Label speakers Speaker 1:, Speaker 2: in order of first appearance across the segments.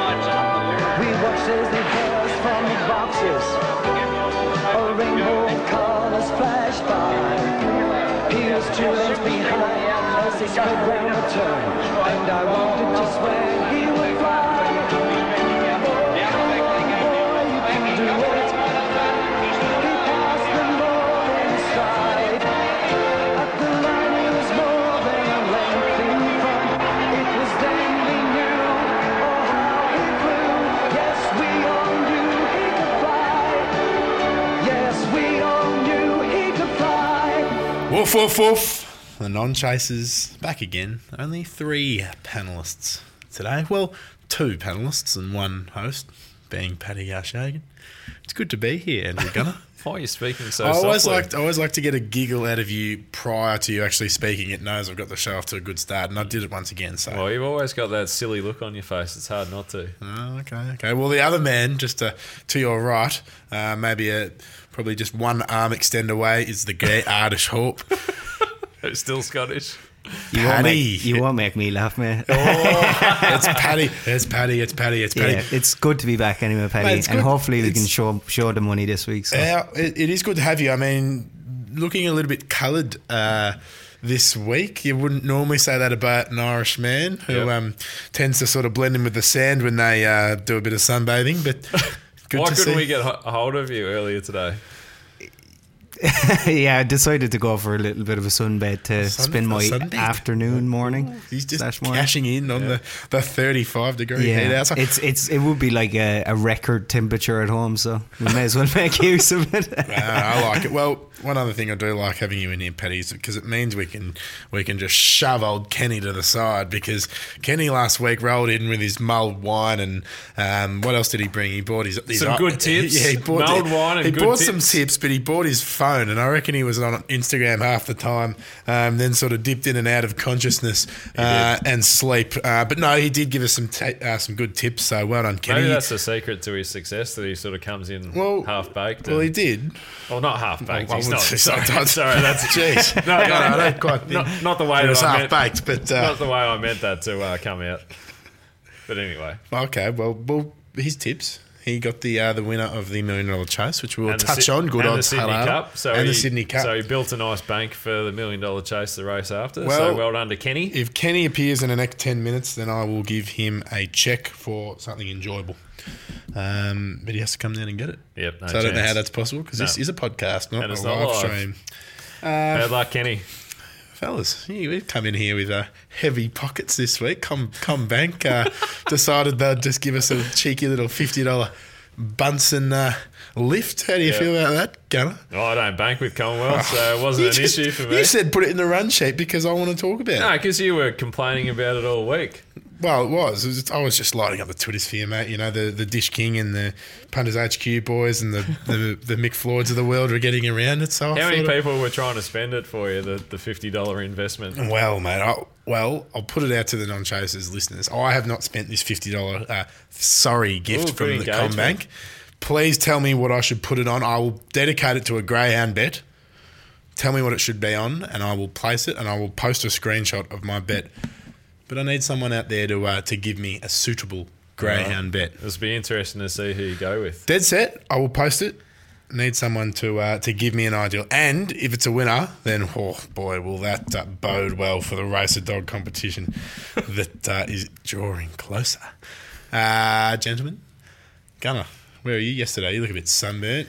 Speaker 1: Oh, you left behind as they sped round the turn. And I wondered just where he would fly. Do it. He passed the morning stride. At the line he was more than a length in front. It was then we knew, oh how he flew. Yes, we all knew he could fly. Yes, we all knew he could fly.
Speaker 2: Woof, woof, woof. The non chasers back again. Only three panelists today. Well, two panelists and one host, being Paddy Garshagan. It's good to be here, Andrew Gunner.
Speaker 3: Why are you speaking so
Speaker 2: I always
Speaker 3: softly?
Speaker 2: like I always like to get a giggle out of you prior to you actually speaking. It knows I've got the show off to a good start, and I did it once again. So
Speaker 3: well, you've always got that silly look on your face. It's hard not to.
Speaker 2: Oh, okay, okay. Well, the other man, just to, to your right, uh, maybe a, probably just one arm extend away, is the gay Ardish Hope.
Speaker 3: It's still Scottish.
Speaker 4: You
Speaker 2: Paddy.
Speaker 4: won't,
Speaker 2: Oh,
Speaker 4: make, you won't make me laugh, man.
Speaker 2: it's Paddy. It's Paddy. It's Paddy. It's Paddy.
Speaker 4: yeah, it's good to be back anyway, Paddy.
Speaker 2: it's
Speaker 4: and
Speaker 2: good.
Speaker 4: hopefully we can
Speaker 2: It's-
Speaker 4: show show the money this week. So.
Speaker 2: Yeah, it, it is good to have you. I mean, looking a little bit coloured uh, this week. You wouldn't normally say that about an Irish man who
Speaker 3: Yep.
Speaker 2: um, tends to sort of blend in with the sand when they uh, do a bit of sunbathing. But good
Speaker 3: Why
Speaker 2: to
Speaker 3: couldn't
Speaker 2: see.
Speaker 3: we get ho- a hold of you earlier today?
Speaker 4: yeah, I decided to go for a little bit of a sunbed to
Speaker 2: Sun-
Speaker 4: spend
Speaker 2: a
Speaker 4: my
Speaker 2: sunbed? Oh,
Speaker 4: afternoon, morning.
Speaker 2: He's just
Speaker 4: slash morning.
Speaker 2: cashing in on the, the 35 degree heat
Speaker 4: Yeah,
Speaker 2: outside.
Speaker 4: it's it's it would be like a, a record temperature at home, so we may as well make use of it.
Speaker 2: Uh, I like it. Well, one other thing I do like having you in here, Patty, is because it means we can we can just shove old Kenny to the side because Kenny last week rolled in with his mulled wine and um, what else did he bring? He bought his, his
Speaker 3: Some good tips.
Speaker 2: Yeah, he bought
Speaker 3: Mulled wine and
Speaker 2: he
Speaker 3: good
Speaker 2: bought some
Speaker 3: tips.
Speaker 2: tips, but he bought his phone, and I reckon he was on Instagram half the time. Um, then sort of dipped in and out of consciousness uh, and sleep. Uh, but no, he did give us some ta uh, some good tips. So well done, Kenny.
Speaker 3: Maybe that's the secret to his success that he sort of comes in
Speaker 2: Well-
Speaker 3: half baked.
Speaker 2: well, he did.
Speaker 3: well, not half baked.
Speaker 2: I
Speaker 3: He's
Speaker 2: would
Speaker 3: not.
Speaker 2: say
Speaker 3: Sorry,
Speaker 2: sometimes.
Speaker 3: sorry, that's
Speaker 2: Jeez.
Speaker 3: No,
Speaker 2: no,
Speaker 3: no,
Speaker 2: I don't quite think.
Speaker 3: not, not the way
Speaker 2: it was
Speaker 3: that I
Speaker 2: half
Speaker 3: meant,
Speaker 2: baked, but uh,
Speaker 3: Not the way I meant that to uh, come out. But anyway,
Speaker 2: okay. Well, well, his tips. He got the uh, the winner of the million dollar chase, which we'll
Speaker 3: the
Speaker 2: touch
Speaker 3: Syd-
Speaker 2: on. Good
Speaker 3: and
Speaker 2: odds,
Speaker 3: the Sydney
Speaker 2: hello.
Speaker 3: Cup. So
Speaker 2: and
Speaker 3: he,
Speaker 2: the Sydney Cup.
Speaker 3: So he built a nice bank for the million dollar chase, the race after.
Speaker 2: Well-
Speaker 3: so well done to Kenny.
Speaker 2: if Kenny appears in the next ten minutes, then I will give him a check for something enjoyable. Um, but he has to come down and get it.
Speaker 3: Yep, no
Speaker 2: so I don't know
Speaker 3: chance.
Speaker 2: how that's possible because this
Speaker 3: No.
Speaker 2: is a podcast, not
Speaker 3: And
Speaker 2: a
Speaker 3: it's
Speaker 2: live,
Speaker 3: not live.
Speaker 2: stream.
Speaker 3: Bad luck, Kenny.
Speaker 2: Fellas, yeah, we've come in here with uh, heavy pockets this week. Com Combank uh, decided they'd just give us a cheeky little fifty dollar Bunsen uh, lift. How do you
Speaker 3: Yeah.
Speaker 2: feel about that, Gunner?
Speaker 3: Oh, I don't bank with Commonwealth, so it wasn't
Speaker 2: You
Speaker 3: an
Speaker 2: just-
Speaker 3: issue for
Speaker 2: You
Speaker 3: me.
Speaker 2: said put it in the run sheet because I want to talk about
Speaker 3: No,
Speaker 2: it.
Speaker 3: because you were complaining about it all week.
Speaker 2: Well, it was. It was- I was just lighting up the Twitter sphere, mate. You know, the, the Dish King and the Punters HQ boys and the, the, the Mick Floyds of the world were getting around it. So I
Speaker 3: How
Speaker 2: thought
Speaker 3: many
Speaker 2: it-
Speaker 3: people were trying to spend it for you, the, the fifty dollar investment?
Speaker 2: Well, mate, I, well, I'll put it out to the non-chasers listeners. I have not spent this fifty dollar uh, sorry gift
Speaker 3: Ooh,
Speaker 2: from
Speaker 3: good
Speaker 2: the
Speaker 3: engagement.
Speaker 2: Combank. Please tell me what I should put it on. I will dedicate it to a greyhound bet. Tell me what it should be on, and I will place it, and I will post a screenshot of my bet. But I need someone out there to uh, to give me a suitable greyhound bet.
Speaker 3: This will be interesting to see who you go with.
Speaker 2: Dead set. I will post it. Need someone to uh, to give me an ideal, and if it's a winner, then oh boy, will that uh, bode well for the racer dog competition that uh, is drawing closer. Uh, gentlemen, Gunner, where were you yesterday? You look a bit sunburnt.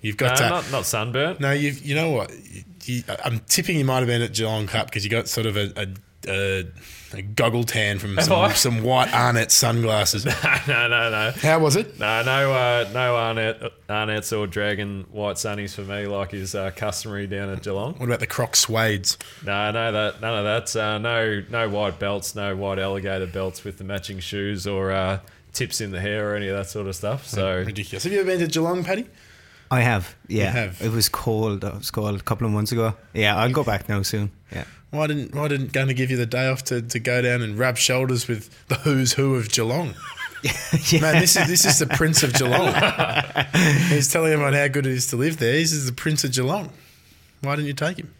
Speaker 2: You've
Speaker 3: No,
Speaker 2: got uh,
Speaker 3: not not sunburnt.
Speaker 2: no, you you know what? You- you- I'm tipping you might have been at Geelong Cup because you got sort of a. a a a goggle tan from some,
Speaker 3: I?
Speaker 2: some white Arnett sunglasses.
Speaker 3: no, no, no.
Speaker 2: How was it?
Speaker 3: No, no, uh, no Arnett, Arnett's or Dragon White Sunnies for me, like is uh, customary down at Geelong.
Speaker 2: What about the Croc suedes?
Speaker 3: No, no, that none of that. Uh, no, no white belts, no white alligator belts with the matching shoes or uh, tips in the hair or any of that sort of stuff. So
Speaker 2: Ridiculous. Have you ever been to Geelong, Paddy?
Speaker 4: I have, yeah.
Speaker 2: have.
Speaker 4: It was cold. It was cold a couple of months ago. Yeah, I'll go back now soon. Yeah.
Speaker 2: Why didn't Why didn't Gunner give you the day off to, to go down and rub shoulders with the who's who of Geelong? Man, this is this is the Prince of Geelong. He's telling everyone how good it is to live there. This is the Prince of Geelong. Why didn't you take him?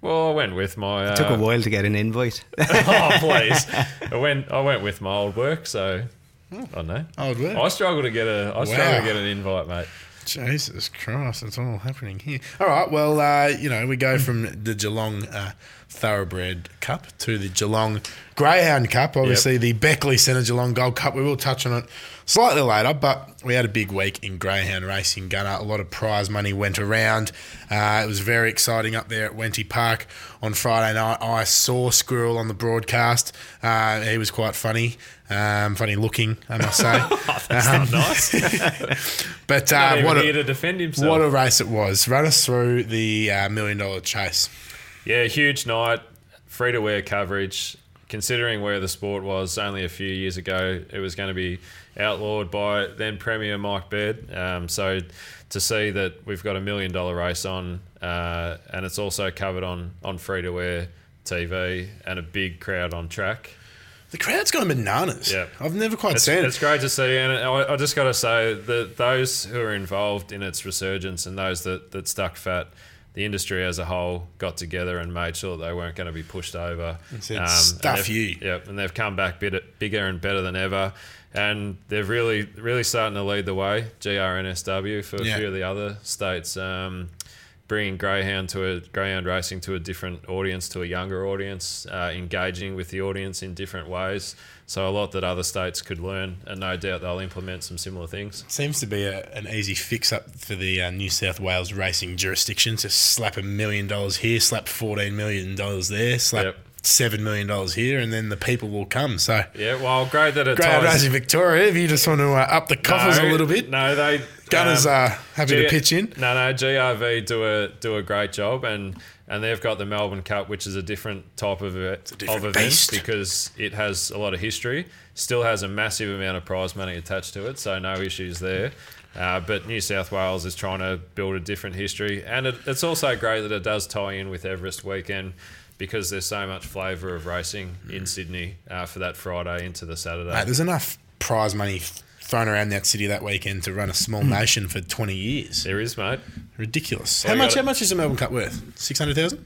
Speaker 3: Well, I went with my. Uh,
Speaker 4: Took a while to get an invite.
Speaker 3: oh, please. I went. I went with my old work, so I don't know.
Speaker 2: Old work?
Speaker 3: I struggle to get a. I struggle
Speaker 2: Wow.
Speaker 3: to get an invite, mate.
Speaker 2: Jesus Christ, it's all happening here. All right, well, uh, you know, we
Speaker 3: Mm.
Speaker 2: go from the Geelong uh, Thoroughbred Cup to the Geelong Greyhound Cup. Obviously, the Beckley Centre Geelong Gold Cup. We will touch on it slightly later, but we had a big week in Greyhound racing. Gunner, a lot of prize money went around. Uh, it was very exciting up there at Wenty Park on Friday night. I saw Squirrel on the broadcast. Uh, he was quite funny, um, funny looking, I must say.
Speaker 3: That's not nice.
Speaker 2: But uh,
Speaker 3: Not Uh-huh. even
Speaker 2: what a,
Speaker 3: here to defend himself.
Speaker 2: what a race it was. Run us through the uh, million dollar chase.
Speaker 3: Yeah, huge night, free to wear coverage. Considering where the sport was only a few years ago, it was going to be outlawed by then Premier Mike Baird. Um, so to see that we've got a million dollar race on, uh, and it's also covered on on free to wear TV and a big crowd on track.
Speaker 2: The crowd's gone bananas.
Speaker 3: Yeah.
Speaker 2: I've never quite
Speaker 3: It's,
Speaker 2: seen
Speaker 3: it's
Speaker 2: it.
Speaker 3: great to see, and I, I just got to say that those who are involved in its resurgence and those that, that stuck fat, the industry as a whole got together and made sure that they weren't going to be pushed over. Um,
Speaker 2: said,
Speaker 3: and
Speaker 2: "Stuff
Speaker 3: they've-
Speaker 2: you."
Speaker 3: Yep, and they've come back bit, bigger and better than ever, and they're really really starting to lead the way. GRNSW for
Speaker 2: Yeah.
Speaker 3: a few of the other states. Um, Bringing greyhound to a greyhound racing to a different audience, to a younger audience, uh, engaging with the audience in different ways. So a lot that other states could learn, and no doubt they'll implement some similar things.
Speaker 2: Seems to be a, an easy fix up for the uh, New South Wales racing jurisdiction to slap a million dollars here, slap $14 million there, slap
Speaker 3: Yep.
Speaker 2: $7 million here, and then the people will come. So,
Speaker 3: Yeah, well, great that it
Speaker 2: Greyhound
Speaker 3: ties.
Speaker 2: Racing Victoria, if you just want to uh, up the coffers a
Speaker 3: No,
Speaker 2: little bit,
Speaker 3: No, they
Speaker 2: Gunners
Speaker 3: um,
Speaker 2: are happy to
Speaker 3: G-
Speaker 2: pitch in.
Speaker 3: No, no, GRV do a do a great job, and and they've got the Melbourne Cup, which is a different type of event,
Speaker 2: different
Speaker 3: of events
Speaker 2: beast.
Speaker 3: because it has a lot of history. Still has a massive amount of prize money attached to it, so no issues there. Uh, but New South Wales is trying to build a different history, and it, it's also great that it does tie in with Everest weekend. Because there's so much flavour of racing in Sydney uh, for that Friday into the Saturday.
Speaker 2: Hmm. Mate, there's enough prize money f- thrown around that city that weekend to run a small
Speaker 3: Hmm.
Speaker 2: nation for 20 years.
Speaker 3: there is, mate.
Speaker 2: Ridiculous. how
Speaker 3: Well, we
Speaker 2: much?
Speaker 3: got
Speaker 2: How
Speaker 3: it.
Speaker 2: much is the Melbourne Cup worth? Six hundred thousand.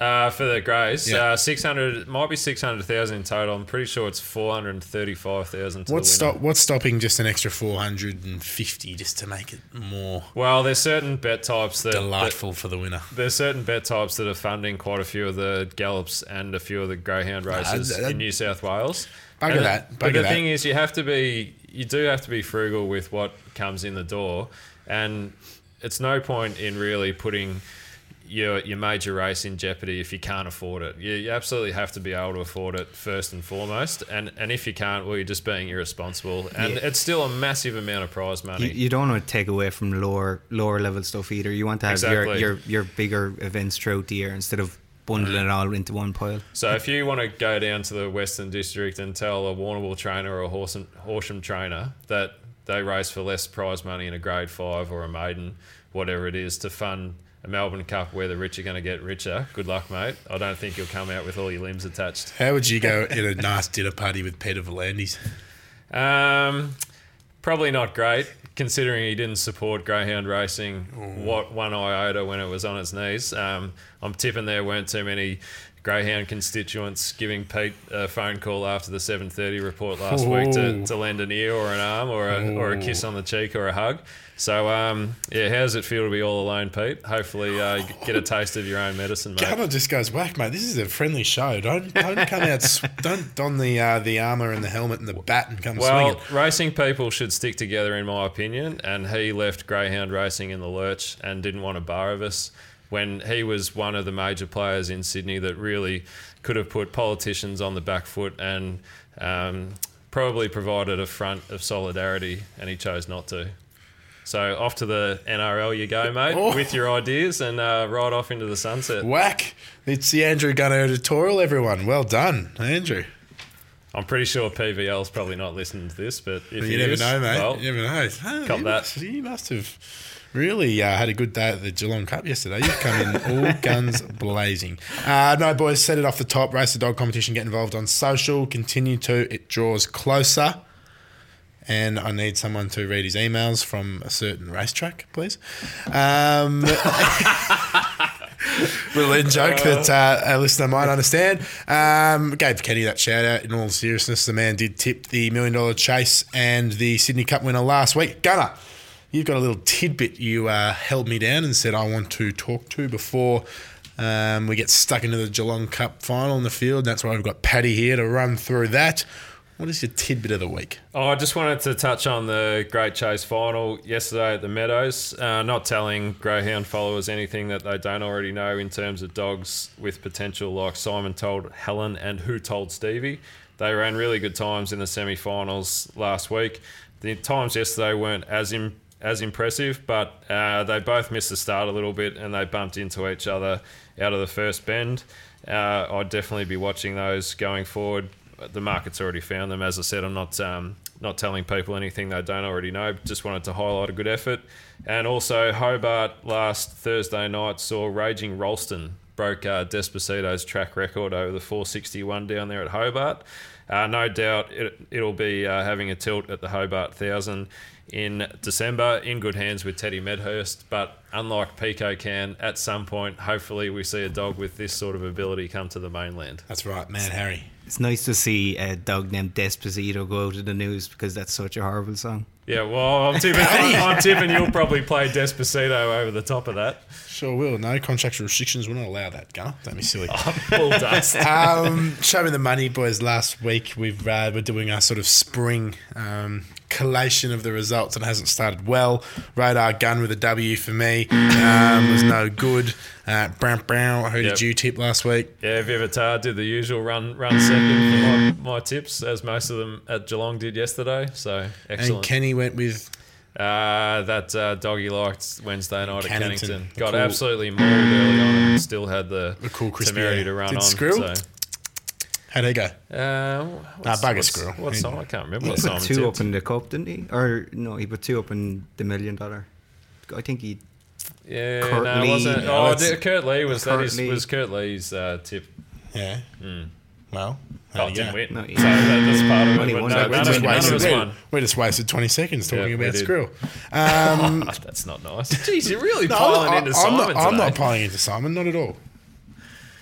Speaker 3: Uh, for the Greys,
Speaker 2: Yeah.
Speaker 3: uh, six hundred it might be six hundred thousand in total. I'm pretty sure it's four hundred thirty-five thousand.
Speaker 2: What's
Speaker 3: the winner.
Speaker 2: stop? What's stopping just an extra four hundred and fifty just to make it more
Speaker 3: Well, there's certain bet types that, that
Speaker 2: delightful for the winner?
Speaker 3: there's certain bet types that are funding quite a few of the gallops and a few of the greyhound races
Speaker 2: that-
Speaker 3: in New South Wales.
Speaker 2: Bugger
Speaker 3: And the-
Speaker 2: that,
Speaker 3: But
Speaker 2: bugger
Speaker 3: the
Speaker 2: that.
Speaker 3: thing is, you have to be you do have to be frugal with what comes in the door, and it's no point in really putting. Your, your major race in jeopardy if you can't afford it. You, you absolutely have to be able to afford it first and foremost. And and if you can't, well, you're just being irresponsible. And it's still a massive amount of prize money.
Speaker 4: You, you don't want to take away from lower lower level stuff either. You want to have
Speaker 3: Exactly.
Speaker 4: your, your your bigger events throughout the year instead of bundling it all into one pile.
Speaker 3: So if you want to go down to the Western District and tell a Warrnambool trainer or a Horsham, Horsham trainer that they race for less prize money in a grade five or a maiden, whatever it is, to fund a Melbourne Cup where the rich are going to get richer, good luck, mate. I don't think you'll come out with all your limbs attached.
Speaker 2: How would you go in a nice dinner party with Peter Volandis?
Speaker 3: Um, probably not great, considering he didn't support greyhound racing what one iota when it was on its knees. Um, I'm tipping there weren't too many greyhound constituents giving Pete a phone call after the 7:30 report last week
Speaker 2: Oh.
Speaker 3: to, to lend an ear or an arm or a, or a kiss on the cheek or a hug. So um, yeah, how does it feel to be all alone, Pete? Hopefully, uh, you get a taste of your own medicine, mate.
Speaker 2: Gunner just goes whack, mate. This is a friendly show. Don't don't come out. s- Don't don the uh, the armor and the helmet and the bat and come
Speaker 3: Well,
Speaker 2: swinging.
Speaker 3: racing people should stick together, in my opinion. And he left greyhound racing in the lurch and didn't want a bar of us when he was one of the major players in Sydney that really could have put politicians on the back foot and um, probably provided a front of solidarity, and he chose not to. So off to the NRL you go, mate,
Speaker 2: Oh.
Speaker 3: with your ideas and uh, right off into the sunset.
Speaker 2: Whack! It's the Andrew Gunner editorial. Everyone, well done, Andrew.
Speaker 3: I'm pretty sure PVL's probably not listening to this, but if he
Speaker 2: You never
Speaker 3: is,
Speaker 2: know, mate.
Speaker 3: well,
Speaker 2: you never know. Hey,
Speaker 3: cop
Speaker 2: you,
Speaker 3: that.
Speaker 2: Must, you must have really uh, had a good day at the Geelong Cup yesterday. You've come in all guns blazing. Uh, no, boys, set it off the top. Race the dog competition. Get involved on social. Continue to. It draws closer. And I need someone to read his emails from a certain racetrack, please. Um, little in joke that uh, a listener might understand. Um, gave Kenny that shout out in all seriousness. The man did tip the million dollar chase and the Sydney Cup winner last week. Gunner, you've got a little tidbit you uh, held me down and said I want to talk to before um, we get stuck into the Geelong Cup final in the field. That's why we've got Paddy here to run through that. What is your tidbit of the week?
Speaker 3: Oh, I just wanted to touch on the Great Chase final yesterday at the Meadows. Uh, not telling Greyhound followers anything that they don't already know in terms of dogs with potential, like Simon told Helen and who told Stevie. They ran really good times in the semi finals last week. The times yesterday weren't as im- as impressive, but uh, they both missed the start a little bit and they bumped into each other out of the first bend. Uh, I'd definitely be watching those going forward the market's already found them. As I said, I'm not um, not telling people anything they don't already know. Just wanted to highlight a good effort, and also Hobart last Thursday night saw Raging Ralston broke uh, Despacito's track record over the 461 down there at Hobart. Uh, no doubt it, it'll be uh, having a tilt at the Hobart Thousand in December in good hands with Teddy Medhurst. But unlike Pico Can, at some point, hopefully, we see a dog with this sort of ability come to the mainland.
Speaker 2: That's right, man, Harry.
Speaker 4: It's nice to see a dog named Despacito go out in the news because that's such a horrible song.
Speaker 3: Yeah, well, I'm tipping, I'm, I'm tipping you'll probably play Despacito over the top of that.
Speaker 2: Sure will. No contractual restrictions will not allow that, Gunner. Don't be silly.
Speaker 3: Bull dust.
Speaker 2: um, show me the money, boys. Last week we've uh, we're doing our sort of spring um, collation of the results, and it hasn't started well. Radar gun with a W for me um, was no good. Uh, brown brown. Who
Speaker 3: Yep.
Speaker 2: did you tip last week?
Speaker 3: Yeah, Vivitar did the usual run run second for my, my tips, as most of them at Geelong did yesterday. So
Speaker 2: And
Speaker 3: excellent.
Speaker 2: Kenny went with
Speaker 3: uh, that uh, doggy liked Wednesday night at
Speaker 2: Cannington.
Speaker 3: Cannington.
Speaker 2: The
Speaker 3: Got
Speaker 2: cool-
Speaker 3: absolutely mauled early on and still had the,
Speaker 2: The cool crispy
Speaker 3: temerity
Speaker 2: egg.
Speaker 3: to run
Speaker 2: Did
Speaker 3: on.
Speaker 2: Skrill?
Speaker 3: So,
Speaker 2: how'd he go?
Speaker 3: uh, what's,
Speaker 2: bugger
Speaker 3: what's-
Speaker 2: Skrill.
Speaker 3: What song? I can't remember what
Speaker 4: He
Speaker 3: song.
Speaker 4: put two up in the cup, didn't he? Or no, he put two up in the million dollar. I think he.
Speaker 3: Yeah,
Speaker 4: Kurt
Speaker 3: no, it
Speaker 4: Lee.
Speaker 3: wasn't.
Speaker 4: No,
Speaker 3: Oh,
Speaker 4: it's-
Speaker 3: did- Kurt Lee was that
Speaker 4: Kurt
Speaker 3: his,
Speaker 4: Lee.
Speaker 3: was Kurt Lee's uh, tip.
Speaker 2: Yeah. Well,
Speaker 3: Oh,
Speaker 2: how'd he
Speaker 3: didn't
Speaker 2: go?
Speaker 3: win.
Speaker 4: No,
Speaker 3: so
Speaker 4: he-
Speaker 3: that, that's part of
Speaker 4: Only
Speaker 3: it. but
Speaker 4: one.
Speaker 3: No,
Speaker 4: So we
Speaker 3: none,
Speaker 2: just
Speaker 3: of, none of us
Speaker 2: wasted-
Speaker 3: won.
Speaker 2: we just wasted 20 seconds talking
Speaker 3: Yeah, we
Speaker 2: about
Speaker 3: did.
Speaker 2: Skrill. Um,
Speaker 3: Oh, that's not nice. Jeez, you're really
Speaker 2: no,
Speaker 3: piling
Speaker 2: I-
Speaker 3: into
Speaker 2: I'm,
Speaker 3: Simon
Speaker 2: not, I'm
Speaker 3: today.
Speaker 2: not piling into Simon, not at all.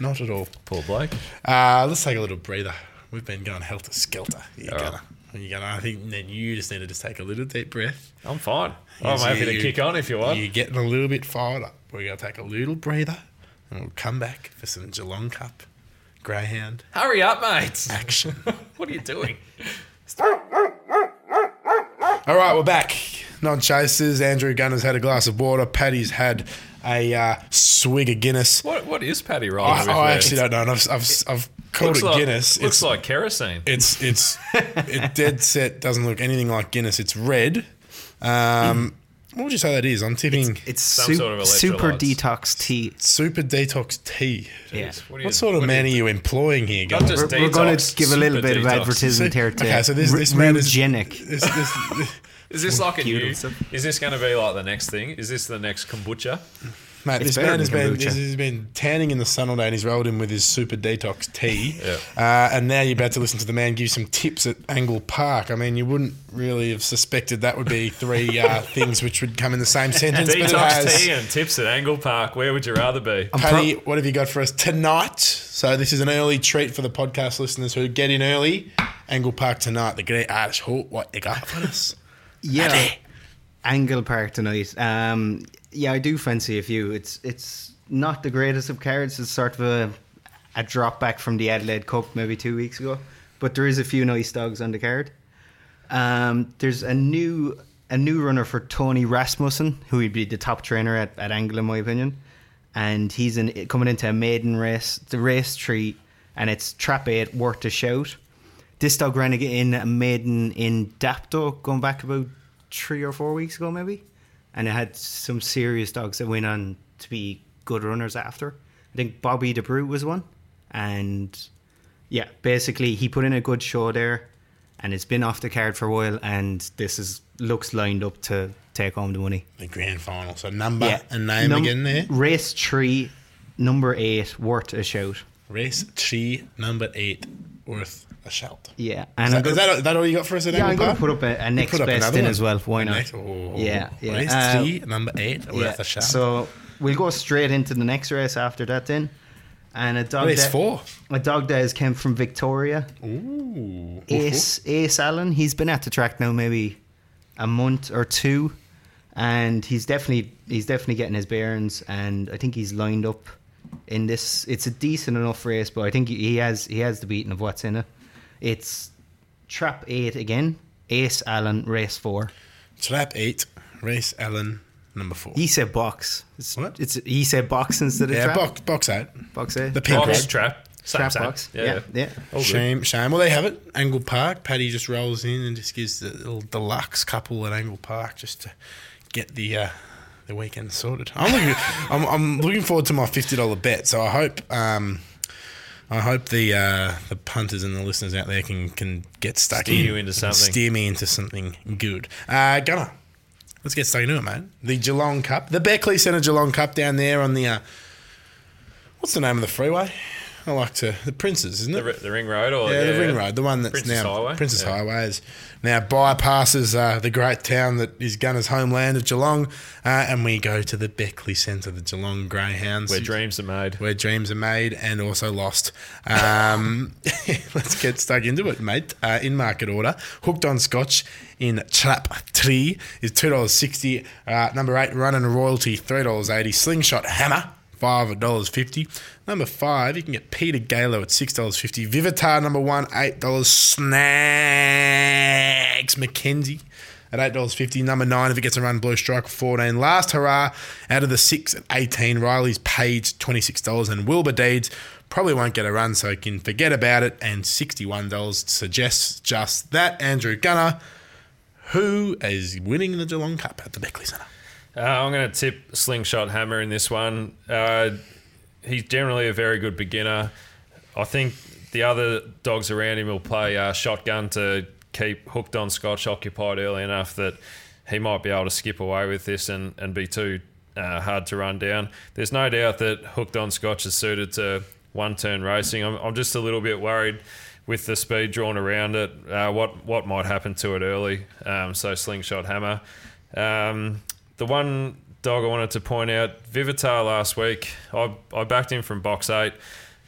Speaker 2: Not at all.
Speaker 3: Poor Blake.
Speaker 2: Uh, let's take a little breather. We've been going helter skelter. You're
Speaker 3: All right.
Speaker 2: gonna, you're gonna. I think then you just need to just take a little deep breath.
Speaker 3: I'm fine. I'm
Speaker 2: Yes,
Speaker 3: happy
Speaker 2: you-
Speaker 3: to
Speaker 2: you-
Speaker 3: kick on if you want.
Speaker 2: You're getting a little bit fired up. We're gonna take a little breather, and we'll come back for some Geelong Cup Greyhound
Speaker 3: Hurry up, mate.
Speaker 2: action.
Speaker 3: What are you doing?
Speaker 2: All right, we're back. Non chasers. Andrew Gunner's had a glass of water. Paddy's had a uh, swig of Guinness.
Speaker 3: What What is Paddy rolling
Speaker 2: I,
Speaker 3: with
Speaker 2: I
Speaker 3: there?
Speaker 2: actually don't know. And I've, I've, I've called
Speaker 3: looks
Speaker 2: it
Speaker 3: like,
Speaker 2: Guinness.
Speaker 3: Looks
Speaker 2: It's
Speaker 3: like kerosene.
Speaker 2: It's it's it dead set doesn't look anything like Guinness. It's red. Um, what would you say that is? I'm tipping
Speaker 4: It's
Speaker 3: Some
Speaker 4: su-
Speaker 3: sort of
Speaker 4: super
Speaker 3: electrolytes.
Speaker 4: detox tea.
Speaker 2: super detox tea.
Speaker 4: Yeah.
Speaker 3: What, do you-
Speaker 2: What sort of
Speaker 3: what do
Speaker 2: man
Speaker 3: you-
Speaker 2: are you employing here,
Speaker 3: Not
Speaker 2: guys?
Speaker 3: just
Speaker 4: We're, we're going to
Speaker 3: detox,
Speaker 4: give a little
Speaker 3: super
Speaker 4: bit of
Speaker 3: detox.
Speaker 4: advertisement here to
Speaker 2: Okay, so this- this
Speaker 4: Ru-
Speaker 2: man is-
Speaker 4: Rugenic.
Speaker 2: This, this,
Speaker 3: Is this like a new?
Speaker 4: Beautiful.
Speaker 3: Is this going to be like the next thing? Is this the next kombucha?
Speaker 2: mate, this
Speaker 4: It's better
Speaker 2: man
Speaker 4: than
Speaker 2: has been
Speaker 4: kombucha.
Speaker 2: he's, he's been tanning in the sun all day, and he's rolled in with his super detox tea.
Speaker 3: Yeah.
Speaker 2: Uh, and now you're about to listen to the man give some tips at Angle Park. I mean, you wouldn't really have suspected that would be three uh, things which would come in the same sentence. but it
Speaker 3: Detox
Speaker 2: has.
Speaker 3: tea and tips at Angle Park. Where would you rather be?
Speaker 4: I'm
Speaker 2: Paddy,
Speaker 4: pro-
Speaker 2: what have you got for us tonight? So this is an early treat for the podcast listeners who get in early. Angle Park tonight. The great Irish Hawk. What they got for us?
Speaker 4: Yeah. Angle Park tonight. Um, yeah, I do fancy a few. It's it's not the greatest of cards. It's sort of a, a drop back from the Adelaide Cup maybe two weeks ago, but there is a few nice dogs on the card. Um, there's a new a new runner for Tony Rasmussen, who would be the top trainer at, at Angle in my opinion, and he's in, coming into a maiden race, the race three, and it's trap eight worth a shout. This dog ran ag- in a maiden in Dapto going back about three or four weeks ago, maybe. And it had some serious dogs that went on to be good runners after. I think Bobby De Brute was one. And yeah, basically he put in a good show there and it's been off the card for a while and this is looks lined up to take home the money.
Speaker 2: The grand final. So number and name
Speaker 4: Num-
Speaker 2: again eh? there.
Speaker 4: Race three, number eight, worth a shout.
Speaker 2: Race three, number eight, worth a shout.
Speaker 4: Yeah. And
Speaker 2: Is
Speaker 4: I'm
Speaker 2: that,
Speaker 4: gonna-
Speaker 2: is that, is that all you got for us at
Speaker 4: Yeah, I'm
Speaker 2: Angle
Speaker 4: going
Speaker 2: Park?
Speaker 4: to put up a, a
Speaker 2: You
Speaker 4: next
Speaker 2: put up
Speaker 4: best
Speaker 2: another
Speaker 4: in
Speaker 2: one.
Speaker 4: as well. Why not?
Speaker 2: Next- oh.
Speaker 4: Yeah, yeah.
Speaker 2: Race
Speaker 4: Uh,
Speaker 2: three, number eight, worth a shout.
Speaker 4: So we'll go straight into the next race after that then. And a dog
Speaker 2: race
Speaker 4: that,
Speaker 2: four.
Speaker 4: A dog that has came from Victoria.
Speaker 2: Ooh.
Speaker 4: Ace Ace Allen. He's been at the track now maybe a month or two. and he's definitely he's definitely getting his bearings, and I think he's lined up in this. It's a decent enough race, but I think he has he has the beating of what's in it. It's trap eight again, Ace Allen, race four.
Speaker 2: Trap eight, race Allen, number four.
Speaker 4: He said box. It's,
Speaker 2: What?
Speaker 4: It's he said box instead of
Speaker 2: yeah,
Speaker 4: trap.
Speaker 2: box box eight.
Speaker 4: box eh?
Speaker 2: The pink
Speaker 3: Box
Speaker 2: one.
Speaker 3: trap. Same,
Speaker 4: trap
Speaker 3: same.
Speaker 4: box.
Speaker 3: Yeah.
Speaker 4: yeah. yeah.
Speaker 3: All good.
Speaker 2: Shame, shame. Well, they have it. Angle Park. Paddy just rolls in and just gives the little deluxe couple at Angle Park just to get the uh, the weekend sorted. I'm looking, I'm, I'm looking forward to my fifty dollar bet. So I hope um, I hope the uh, the punters and the listeners out there can can get stuck
Speaker 3: Steer
Speaker 2: in,
Speaker 3: you into
Speaker 2: and
Speaker 3: something.
Speaker 2: steer me into something good. Uh, Gunner, let's get stuck into it, mate. The Geelong Cup, the Beckley Centre Geelong Cup down there on the uh, what's the name of the freeway? I like to the Princes, isn't it?
Speaker 3: The, ri- the ring road or
Speaker 2: yeah, the ring road, the one that's
Speaker 3: Princess
Speaker 2: now
Speaker 3: Highway?
Speaker 2: Princess
Speaker 3: Yeah.
Speaker 2: Highway is now bypasses uh, the great town that is Gunner's homeland of Geelong, uh, and we go to the Beckley Centre, the Geelong Greyhounds,
Speaker 3: Where dreams are made.
Speaker 2: where dreams are made and also lost. Um, let's get stuck into it, mate. Uh, in market order, hooked on Scotch in Trap Tree is two dollars sixty. Uh, number eight, running royalty three dollars eighty. Slingshot Hammer. Five dollars fifty. Number five, you can get Peter Galo at six dollars fifty. Vivitar number one, eight dollars. Snacks McKenzie at eight dollars fifty. Number nine, if it gets a run, Blue Strike fourteen. Last hurrah out of the six at eighteen. Riley's Page twenty six dollars, and Wilbur Deeds probably won't get a run, so you can forget about it. And sixty one dollars suggests just that. Andrew Gunner, who is winning the Geelong Cup at the Beckley Centre?
Speaker 3: Uh, I'm going to tip Slingshot Hammer in this one. Uh, he's generally a very good beginner. I think the other dogs around him will play uh, shotgun to keep hooked on Scotch occupied early enough that he might be able to skip away with this and, and be too uh, hard to run down. There's no doubt that hooked on Scotch is suited to one turn racing. I'm, I'm just a little bit worried with the speed drawn around it, uh, what, what might happen to it early. Um, so Slingshot Hammer. Um, the one dog I wanted to point out, Vivitar last week, I, I backed him from box eight.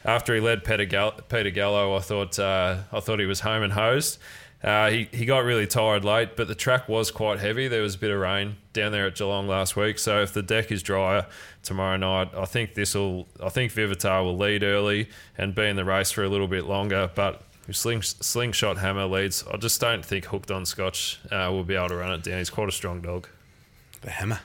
Speaker 3: After he led Peter, Gal- Peter Gallo, I thought uh, I thought he was home and hosed. Uh, he, he got really tired late, but the track was quite heavy. There was a bit of rain down there at Geelong last week, so if the deck is drier tomorrow night, I think this will I think Vivitar will lead early and be in the race for a little bit longer. But if sling, slingshot hammer leads, I just don't think hooked on Scotch uh, will be able to run it down. He's quite a strong dog.
Speaker 2: The Hammer.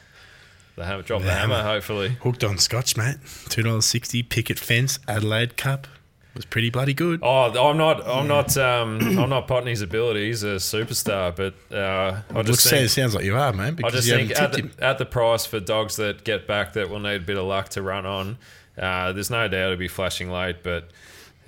Speaker 3: The hammer, drop the hammer, hopefully.
Speaker 2: Hooked on Scotch, mate. Two dollars sixty. Picket fence. Adelaide Cup was pretty bloody good.
Speaker 3: Oh, I'm not, I'm not, um, I'm not potting his ability. He's a superstar, but uh, I
Speaker 2: Which
Speaker 3: just
Speaker 2: says,
Speaker 3: think,
Speaker 2: sounds like you are, man.
Speaker 3: I
Speaker 2: Because
Speaker 3: just
Speaker 2: you
Speaker 3: think
Speaker 2: haven't
Speaker 3: at
Speaker 2: tipped
Speaker 3: the,
Speaker 2: him.
Speaker 3: at the price for dogs that get back that will need a bit of luck to run on. Uh, there's no doubt it'll be flashing late, but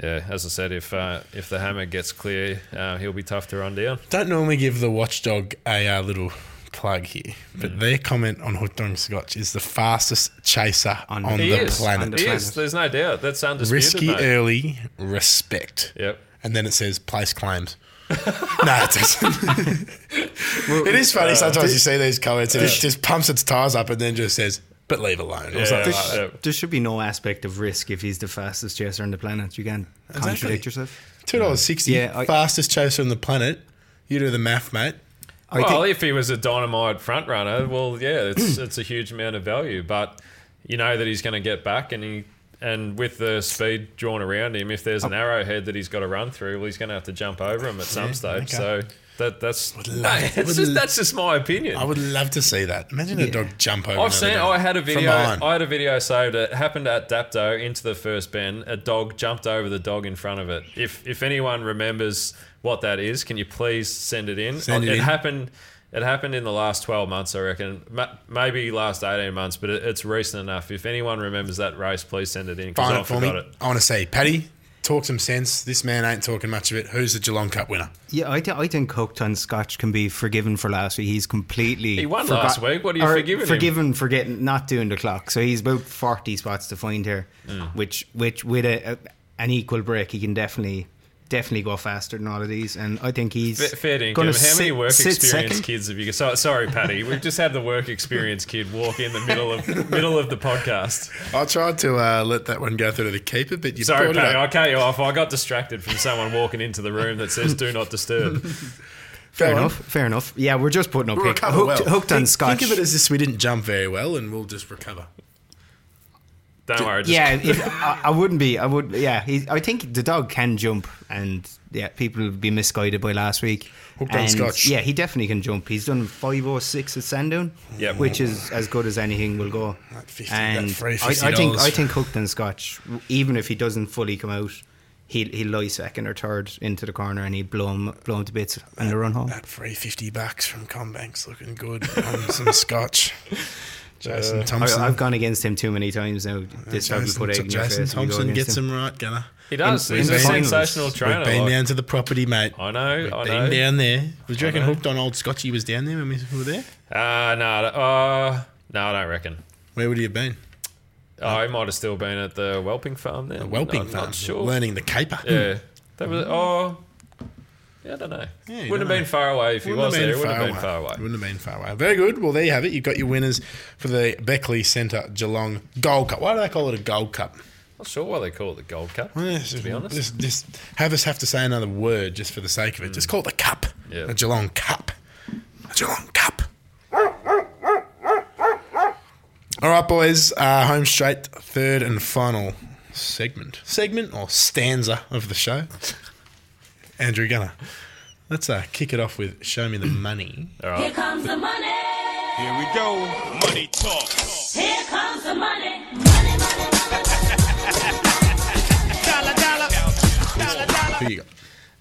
Speaker 3: yeah, as I said, if uh, if the hammer gets clear, uh, he'll be tough to run down.
Speaker 2: don't normally give the watchdog a uh, little plug here, but
Speaker 3: Mm.
Speaker 2: their comment on Hooked on Scotch is the fastest chaser on,
Speaker 4: On-
Speaker 3: He
Speaker 2: the
Speaker 3: is.
Speaker 2: planet.
Speaker 4: Under-
Speaker 3: He
Speaker 4: planet.
Speaker 3: is. There's no doubt. That's undisputed.
Speaker 2: Risky
Speaker 3: mate.
Speaker 2: early, respect.
Speaker 3: Yep.
Speaker 2: And then it says place claims. no, it doesn't. it is
Speaker 3: uh,
Speaker 2: funny sometimes you see these comments and it just pumps its tires up and then just says, but leave alone. Or something.
Speaker 3: Yeah,
Speaker 4: Sh-
Speaker 3: right, yep.
Speaker 4: There should be no aspect of risk if he's the fastest chaser on the planet. You can't contradict yourself.
Speaker 2: $2.60,
Speaker 4: Yeah, I-
Speaker 2: fastest chaser on the planet. You do the math, mate.
Speaker 4: I
Speaker 3: well,
Speaker 4: think-
Speaker 3: if he was a dynamite front runner, well, yeah, it's it's a huge amount of value, but you know that he's going to get back, and he and with the speed drawn around him, if
Speaker 2: Oh.
Speaker 3: there's an arrowhead that he's got to run through, well, he's going to have to jump over him at some stage.
Speaker 2: okay.
Speaker 3: So that that's
Speaker 2: love-
Speaker 3: Hey,
Speaker 2: would
Speaker 3: it's just,
Speaker 2: l-
Speaker 3: that's just my opinion.
Speaker 2: I would love to see that. Imagine a dog jump over.
Speaker 3: I've
Speaker 2: another
Speaker 3: seen.
Speaker 2: dog
Speaker 3: I had a
Speaker 2: from
Speaker 3: video.
Speaker 2: behind.
Speaker 3: I had a video saved. It happened at Dapto into the first bend. A dog jumped over the dog in front of it. If if anyone remembers what that is, can you please send it in?
Speaker 2: Send it in.
Speaker 3: happened. It happened in the last twelve months, I reckon. Ma- Maybe last eighteen months, but it, it's recent enough. If anyone remembers that race, please send it in because
Speaker 2: Find
Speaker 3: I
Speaker 2: it for me.
Speaker 3: forgot it.
Speaker 2: I want to see Paddy talk some sense. This man ain't talking much of it. Who's the Geelong Cup winner?
Speaker 4: Yeah, I, th- I think Cookton Scotch can be forgiven for last week. He's completely.
Speaker 3: He won last week. What are you
Speaker 4: or
Speaker 3: forgiving him?
Speaker 4: Forgiven for getting not doing the clock. So he's about forty spots to find here,
Speaker 3: Mm.
Speaker 4: which which with a, a an equal break, he can definitely definitely go faster than all of these. And I think he's
Speaker 3: F- Fair dinkum. How
Speaker 4: gonna
Speaker 3: many
Speaker 4: sit-
Speaker 3: work
Speaker 4: sit
Speaker 3: experience
Speaker 4: second.
Speaker 3: kids have you got? So, sorry, Patty. We've just had the work experience kid walk in the middle of middle of the podcast.
Speaker 2: I tried to uh, let that one go through to the keeper, but you
Speaker 3: Sorry,
Speaker 2: brought it
Speaker 3: Patty, I
Speaker 2: up.
Speaker 3: cut you off. I got distracted from someone walking into the room that says "Do not disturb."
Speaker 2: Go
Speaker 4: Fair
Speaker 2: on.
Speaker 4: enough. Fair enough. Yeah, we're just putting up
Speaker 2: We'll
Speaker 4: pick.
Speaker 2: recover
Speaker 4: Hooked,
Speaker 2: well.
Speaker 4: hooked on
Speaker 2: think,
Speaker 4: Scotch.
Speaker 2: Think of it as this: we didn't jump very well, and we'll just recover.
Speaker 3: Don't worry. Just,
Speaker 4: yeah, if, I, I wouldn't be. I would. Yeah, he, I think the dog can jump, and yeah, people will be misguided by last week.
Speaker 2: Hooked on
Speaker 4: And,
Speaker 2: Scotch.
Speaker 4: Yeah, he definitely can jump. He's done five or six at Sandown,
Speaker 3: Yep.
Speaker 4: which is as good as anything will go.
Speaker 2: That 50
Speaker 4: and
Speaker 2: that free
Speaker 4: I, I
Speaker 2: $50.
Speaker 4: think I think hooked on Scotch, even if he doesn't fully come out, he he'll lie second or third into the corner, and he blow him blow him to bits and the run home.
Speaker 2: That free fifty bucks from Combank's looking good on some scotch. Jason Thompson.
Speaker 4: Uh,
Speaker 2: Uh,
Speaker 4: I, I've gone against him too many times now. This time we
Speaker 2: Jason,
Speaker 4: put egg in your
Speaker 2: Jason
Speaker 4: face if you go
Speaker 2: Thompson
Speaker 4: against
Speaker 2: gets
Speaker 4: him.
Speaker 2: him right, Gunner.
Speaker 3: he does.
Speaker 4: in-
Speaker 3: He's
Speaker 4: in
Speaker 3: a
Speaker 4: the finals.
Speaker 3: sensational trainer.
Speaker 2: We've been
Speaker 3: like-
Speaker 2: down to the property, mate.
Speaker 3: I know.
Speaker 2: We've
Speaker 3: I
Speaker 2: been
Speaker 3: know.
Speaker 2: down there. Was you reckon
Speaker 3: know.
Speaker 2: hooked on old Scotchy was down there when we were there?
Speaker 3: Uh, no, I don't- uh, no, I don't reckon.
Speaker 2: Where would he have been?
Speaker 3: I might have still been at the Whelping Farm then.
Speaker 2: The Whelping
Speaker 3: I'm
Speaker 2: Farm.
Speaker 3: Not sure.
Speaker 2: Learning the caper.
Speaker 3: Yeah, that was. Oh, yeah, I don't know.
Speaker 2: Yeah, you don't
Speaker 3: wouldn't have been
Speaker 2: know.
Speaker 3: far away if he was there. It wouldn't have been far away.
Speaker 2: Wouldn't have been far away. Very good. Well, there you have it. You've got your winners for the Beckley Centre Geelong Gold Cup. Why do they call it a Gold Cup?
Speaker 3: Not sure why they call it the Gold Cup.
Speaker 2: To
Speaker 3: be honest.
Speaker 2: Just, just have us have to say another word just for the sake of it. Just call it the Cup.
Speaker 3: Mm. Yeah.
Speaker 2: A Geelong Cup. A Geelong Cup. All right, boys. Uh, home straight, third and final segment. Segment or stanza of the show. Andrew Gunner. Let's uh, kick it off with Show Me the Money.
Speaker 5: Here comes the money.
Speaker 6: Here we go. Money talk.
Speaker 5: Here comes the money. Money, money, money, money.
Speaker 6: Dollar, dollar. Dollar, dollar.
Speaker 2: Who you got?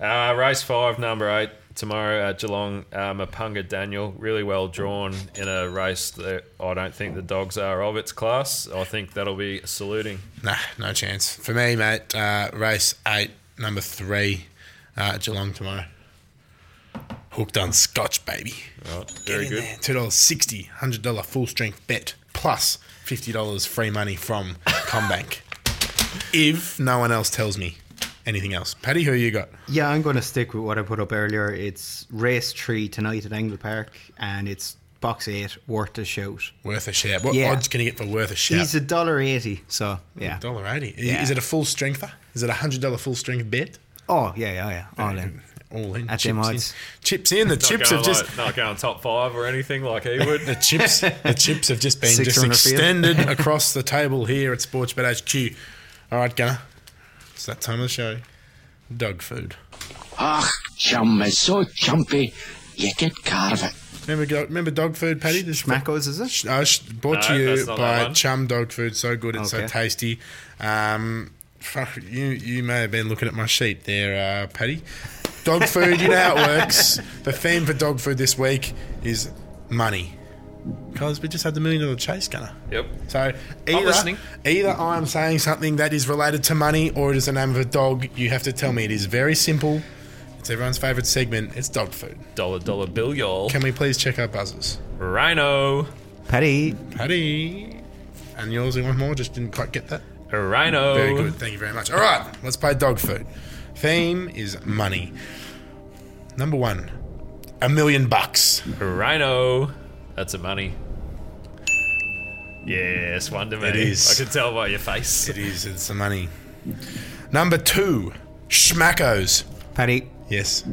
Speaker 3: Uh, race five, number eight, tomorrow at Geelong. Uh, Mapunga Daniel, really well drawn in a race that I don't think the dogs are of its class. I think that'll be saluting.
Speaker 2: Nah, no chance. For me, mate, uh, race eight, number three, uh, Geelong tomorrow. Hooked on Scotch, baby.
Speaker 3: Right,
Speaker 2: Get
Speaker 3: very
Speaker 2: in
Speaker 3: good.
Speaker 2: there. $2.60, $100 full strength bet, plus $50 free money from Combank. if no one else tells me anything else. Paddy, who you got?
Speaker 4: Yeah, I'm going to stick with what I put up earlier. It's race three tonight at Angle Park, and it's box eight, worth a shout.
Speaker 2: Worth a shout. What
Speaker 4: Yeah.
Speaker 2: odds can you get for worth a shout?
Speaker 4: He's a dollar eighty, so yeah.
Speaker 2: Dollar eighty. I-
Speaker 4: Yeah.
Speaker 2: Is it a full strengther? Is it a hundred dollar full strength bet?
Speaker 4: Oh yeah, yeah, yeah. All in.
Speaker 2: All in.
Speaker 4: At
Speaker 2: chips
Speaker 4: them
Speaker 2: in.
Speaker 4: odds.
Speaker 2: Chips in. The
Speaker 3: Not
Speaker 2: chips
Speaker 3: going
Speaker 2: have just
Speaker 3: like, not going top five or anything like he would.
Speaker 2: The chips, the chips have just been
Speaker 4: Six
Speaker 2: just
Speaker 4: are on the field.
Speaker 2: extended across the table here at Sportsbet HQ. All right, Gunner, it's that time of the show. Dog food.
Speaker 7: Ach, chum is so chumpy, you could carve it.
Speaker 2: Remember, go- remember dog food, Paddy. This
Speaker 4: Macos, is it?
Speaker 2: Uh, sh- brought to
Speaker 3: No,
Speaker 2: you
Speaker 3: that's not that
Speaker 2: by
Speaker 3: one.
Speaker 2: Chum Dog Food. So good, it's so
Speaker 4: Okay.
Speaker 2: tasty. Um, fuck, you you may have been looking at my sheet there, uh, Paddy. Dog food, you know how it works. The theme for dog food this week is money. Because we just had the million dollar chase, Gunner.
Speaker 3: Yep.
Speaker 2: So either,
Speaker 3: listening.
Speaker 2: either I'm saying something that is related to money or it is the name of a dog. You have to tell me. It is very simple. It's everyone's favourite segment. It's dog food.
Speaker 3: Dollar dollar bill, y'all.
Speaker 2: Can we please check our buzzers?
Speaker 3: Rhino,
Speaker 4: Paddy,
Speaker 2: Paddy. And yours in one more. Just didn't quite get that.
Speaker 3: Rhino.
Speaker 2: Very good. Thank you very much. All right. Let's play dog food. Theme is money. Number one, a million bucks.
Speaker 3: Rhino. That's a money. Yes, one to me.
Speaker 2: It is.
Speaker 3: I can tell by your face.
Speaker 2: It is. It's the money. Number two, schmackos.
Speaker 4: Paddy,
Speaker 2: Yes,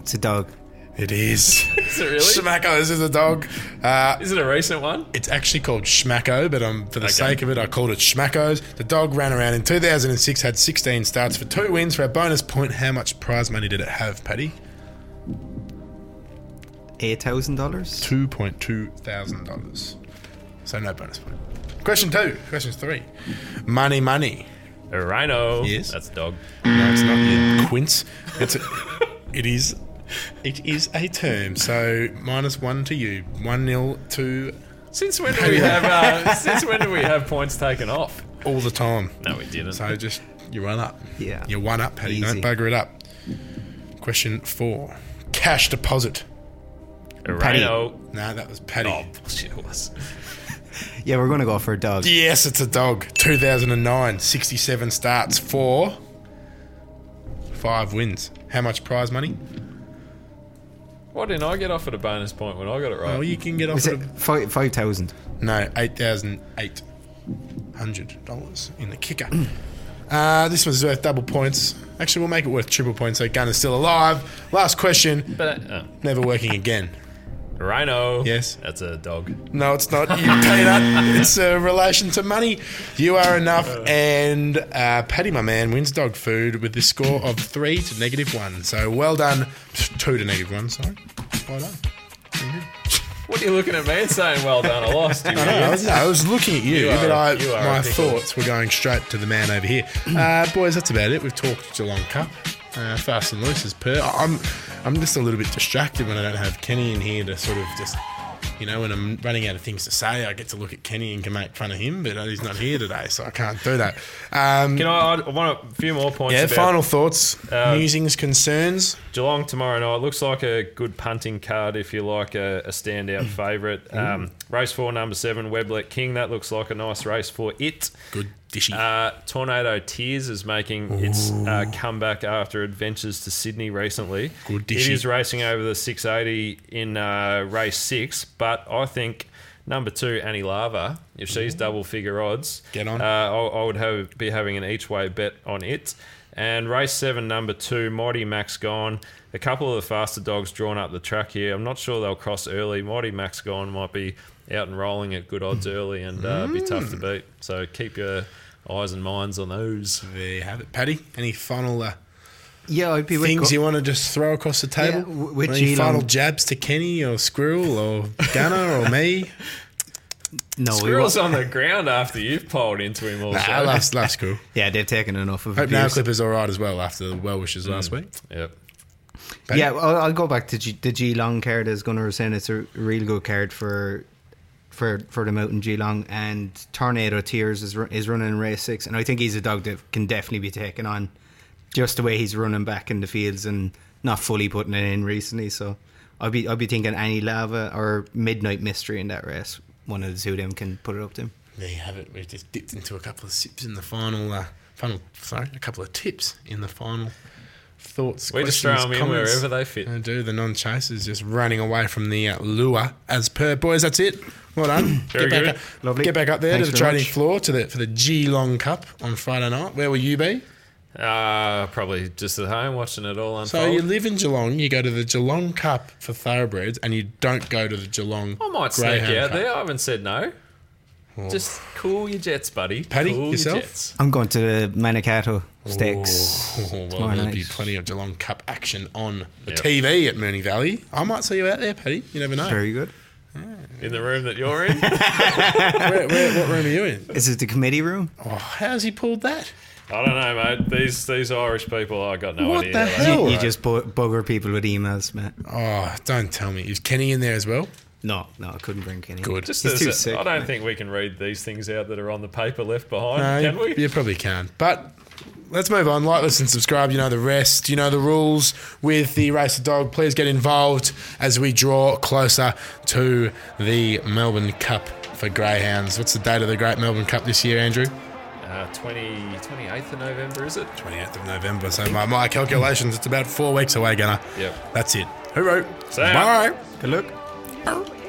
Speaker 4: it's a dog.
Speaker 2: it is.
Speaker 3: Is it really?
Speaker 2: Schmackos is a dog. Uh,
Speaker 3: Is it a recent one?
Speaker 2: It's actually called Schmacko, but um, for the
Speaker 3: Okay.
Speaker 2: sake of it, I called it Schmackos. The dog ran around in 2006, had 16 starts for two wins. For a bonus point, how much prize money did it have, Paddy?
Speaker 4: Eight thousand dollars.
Speaker 2: $2.2 thousand. dollars. So no bonus point. Question two. Question three. Money, money.
Speaker 3: A rhino.
Speaker 2: Yes.
Speaker 3: That's a dog.
Speaker 2: No, it's not yet. Quince. It's a, it is. It is a term. So minus one to you. One nil to
Speaker 3: Since when do we have uh, since when do we have points taken off?
Speaker 2: all the time.
Speaker 3: No, we didn't.
Speaker 2: So just you run up.
Speaker 4: Yeah.
Speaker 2: You one up, Paddy. Don't
Speaker 4: Easy.
Speaker 2: bugger it up. Question four. Cash deposit.
Speaker 3: a rhino.
Speaker 2: No, that was Paddy.
Speaker 3: Oh bullshit! It was.
Speaker 4: Yeah, we're going to go for a dog.
Speaker 2: Yes, it's a dog. 2009, 67 starts, four, five wins. How much prize money?
Speaker 3: Why didn't I get offered a bonus point when I got it right?
Speaker 2: Oh, you can get off.
Speaker 4: Uh, Is it
Speaker 2: of-
Speaker 4: five five thousand?
Speaker 2: No, eight thousand eight hundred dollars in the kicker. Uh, this one's worth double points. Actually, we'll make it worth triple points. So Gunner's still alive. Last question.
Speaker 3: But, uh,
Speaker 2: Never working again.
Speaker 3: Rhino.
Speaker 2: Yes.
Speaker 3: That's a dog.
Speaker 2: No, it's not. You peanut. It's a relation to money. You are enough. And uh, Paddy, my man, wins dog food with the score of three to negative one. So well done. Two to negative one. Sorry. Well done.
Speaker 3: What are you looking at me and saying, well done, I lost you?
Speaker 2: No, I
Speaker 3: idiot?
Speaker 2: was, no, I was looking at you,
Speaker 3: You are-
Speaker 2: but I,
Speaker 3: you are
Speaker 2: my
Speaker 3: a pickle.
Speaker 2: thoughts were going straight to the man over here. Uh, boys, that's about it. We've talked Geelong Cup, uh, fast and loose as per. I'm, I'm just a little bit distracted when I don't have Kenny in here to sort of just, you know, when I'm running out of things to say, I get to look at Kenny and can make fun of him, but he's not here today, so I can't do that. Um,
Speaker 3: Can I, I want a few more points
Speaker 2: yeah,
Speaker 3: about Uh,
Speaker 2: final thoughts, musings, concerns.
Speaker 3: Geelong tomorrow night. Looks like a good punting card if you like a, a standout favourite. Um, race four, number seven, Weblet King. That looks like a nice race for it.
Speaker 2: Good dishy.
Speaker 3: Uh, Tornado Tears is making its uh, comeback after adventures to Sydney recently.
Speaker 2: Good
Speaker 3: it
Speaker 2: dishy.
Speaker 3: is racing over the 680 in uh, race six, but I think number two, Annie Lava, if she's double figure odds,
Speaker 2: Get on.
Speaker 3: Uh, I, I would have, be having an each way bet on it. And race seven, number two, Mighty Max Gone. A couple of the faster dogs drawn up the track here. I'm not sure they'll cross early. Mighty Max Gone might be out and rolling at good odds early and uh, be tough to
Speaker 2: Mm.
Speaker 3: beat. So keep your eyes and minds on those.
Speaker 2: there you have it. Paddy, any final uh,
Speaker 4: Yeah, I'd be with
Speaker 2: things
Speaker 4: Go-
Speaker 2: you want to just throw across the table?
Speaker 4: Yeah, w- with
Speaker 2: Any
Speaker 4: Geelong.
Speaker 2: final jabs to Kenny or Squirrel or Gunner or me?
Speaker 4: No, we
Speaker 3: Squirrel's
Speaker 4: won't.
Speaker 3: on the ground after you've piled into him all
Speaker 2: Nah,
Speaker 3: show.
Speaker 2: last, last cool.
Speaker 4: Yeah, they've taken enough of
Speaker 2: Hope now
Speaker 4: abuse.
Speaker 2: Clipper's all right as well after the well wishes last week.
Speaker 3: Yep.
Speaker 2: Paddy?
Speaker 4: Yeah, I'll, I'll go back to G- the Geelong card. As Gunnar was saying, it's a real good card for for for the mountain Geelong and Tornado Tears is ru- is running in race six, and I think he's a dog that can definitely be taken on, just the way he's running back in the fields and not fully putting it in recently. So I'd be I'd be thinking Annie Lava or Midnight Mystery in that race. One of the two of them can put it up to him.
Speaker 2: There you have it. We've just dipped into a couple of sips in the final, uh, final. Sorry, a couple of tips in the final thoughts.
Speaker 3: We just throw
Speaker 2: questions,
Speaker 3: 'em in
Speaker 2: comments.
Speaker 3: wherever they fit.
Speaker 2: I do. The non-chasers just running away from the uh, lure as per. Boys, that's it. Well done.
Speaker 3: Very
Speaker 2: get
Speaker 3: good.
Speaker 2: Back up,
Speaker 4: Lovely.
Speaker 2: Get back up there
Speaker 4: Thanks
Speaker 2: to the
Speaker 4: very
Speaker 2: trading
Speaker 4: much.
Speaker 2: floor to the for the Geelong Cup on Friday night. Where will you be?
Speaker 3: Uh, probably just at home watching it all unfold.
Speaker 2: So you live in Geelong. You go to the Geelong Cup for thoroughbreds, and you don't go to the Geelong.
Speaker 3: I might sneak
Speaker 2: Greyhound
Speaker 3: out
Speaker 2: Cup.
Speaker 3: there. I haven't said no. Just cool your jets, buddy.
Speaker 2: Paddy,
Speaker 3: cool
Speaker 2: yourself?
Speaker 3: Your jets.
Speaker 4: I'm going to the Manicato Stakes.
Speaker 2: Oh, well,
Speaker 4: tomorrow
Speaker 2: there'll
Speaker 4: night.
Speaker 2: be plenty of Geelong Cup action on the
Speaker 3: Yep.
Speaker 2: TV at Mooney Valley. I might see you out there, Paddy. You never know.
Speaker 4: Very good.
Speaker 3: In the room that you're in.
Speaker 2: Where, where, what room are you in?
Speaker 4: Is it the committee room?
Speaker 2: Oh, how's he pulled that?
Speaker 3: I don't know, mate. These these Irish people, I got no
Speaker 2: What
Speaker 3: idea.
Speaker 2: the
Speaker 3: Like,
Speaker 2: hell?
Speaker 4: You, you
Speaker 2: Alright.
Speaker 4: just bo- bugger people with emails, Matt.
Speaker 2: Oh, don't tell me. Is Kenny in there as well?
Speaker 4: No, no, I couldn't drink any.
Speaker 2: Good.
Speaker 3: Just
Speaker 4: He's
Speaker 3: as
Speaker 4: too
Speaker 3: a-
Speaker 4: sick,
Speaker 3: I don't
Speaker 4: mate.
Speaker 3: think we can read these things out that are on the paper left behind,
Speaker 2: No,
Speaker 3: can we?
Speaker 2: You, you probably can. But let's move on. Like, listen, subscribe. You know the rest. You know the rules with the Race of Dog. Please get involved as we draw closer to the Melbourne Cup for Greyhounds. What's the date of the Great Melbourne Cup this year, Andrew?
Speaker 3: Uh, 20, 28th of November, is it?
Speaker 2: 28th of November. So my, my calculations, it's about four weeks away, Gunnar.
Speaker 3: Yep.
Speaker 2: That's it. Hooroo.
Speaker 3: See ya.
Speaker 2: Bye.
Speaker 4: Good luck.
Speaker 2: Bye.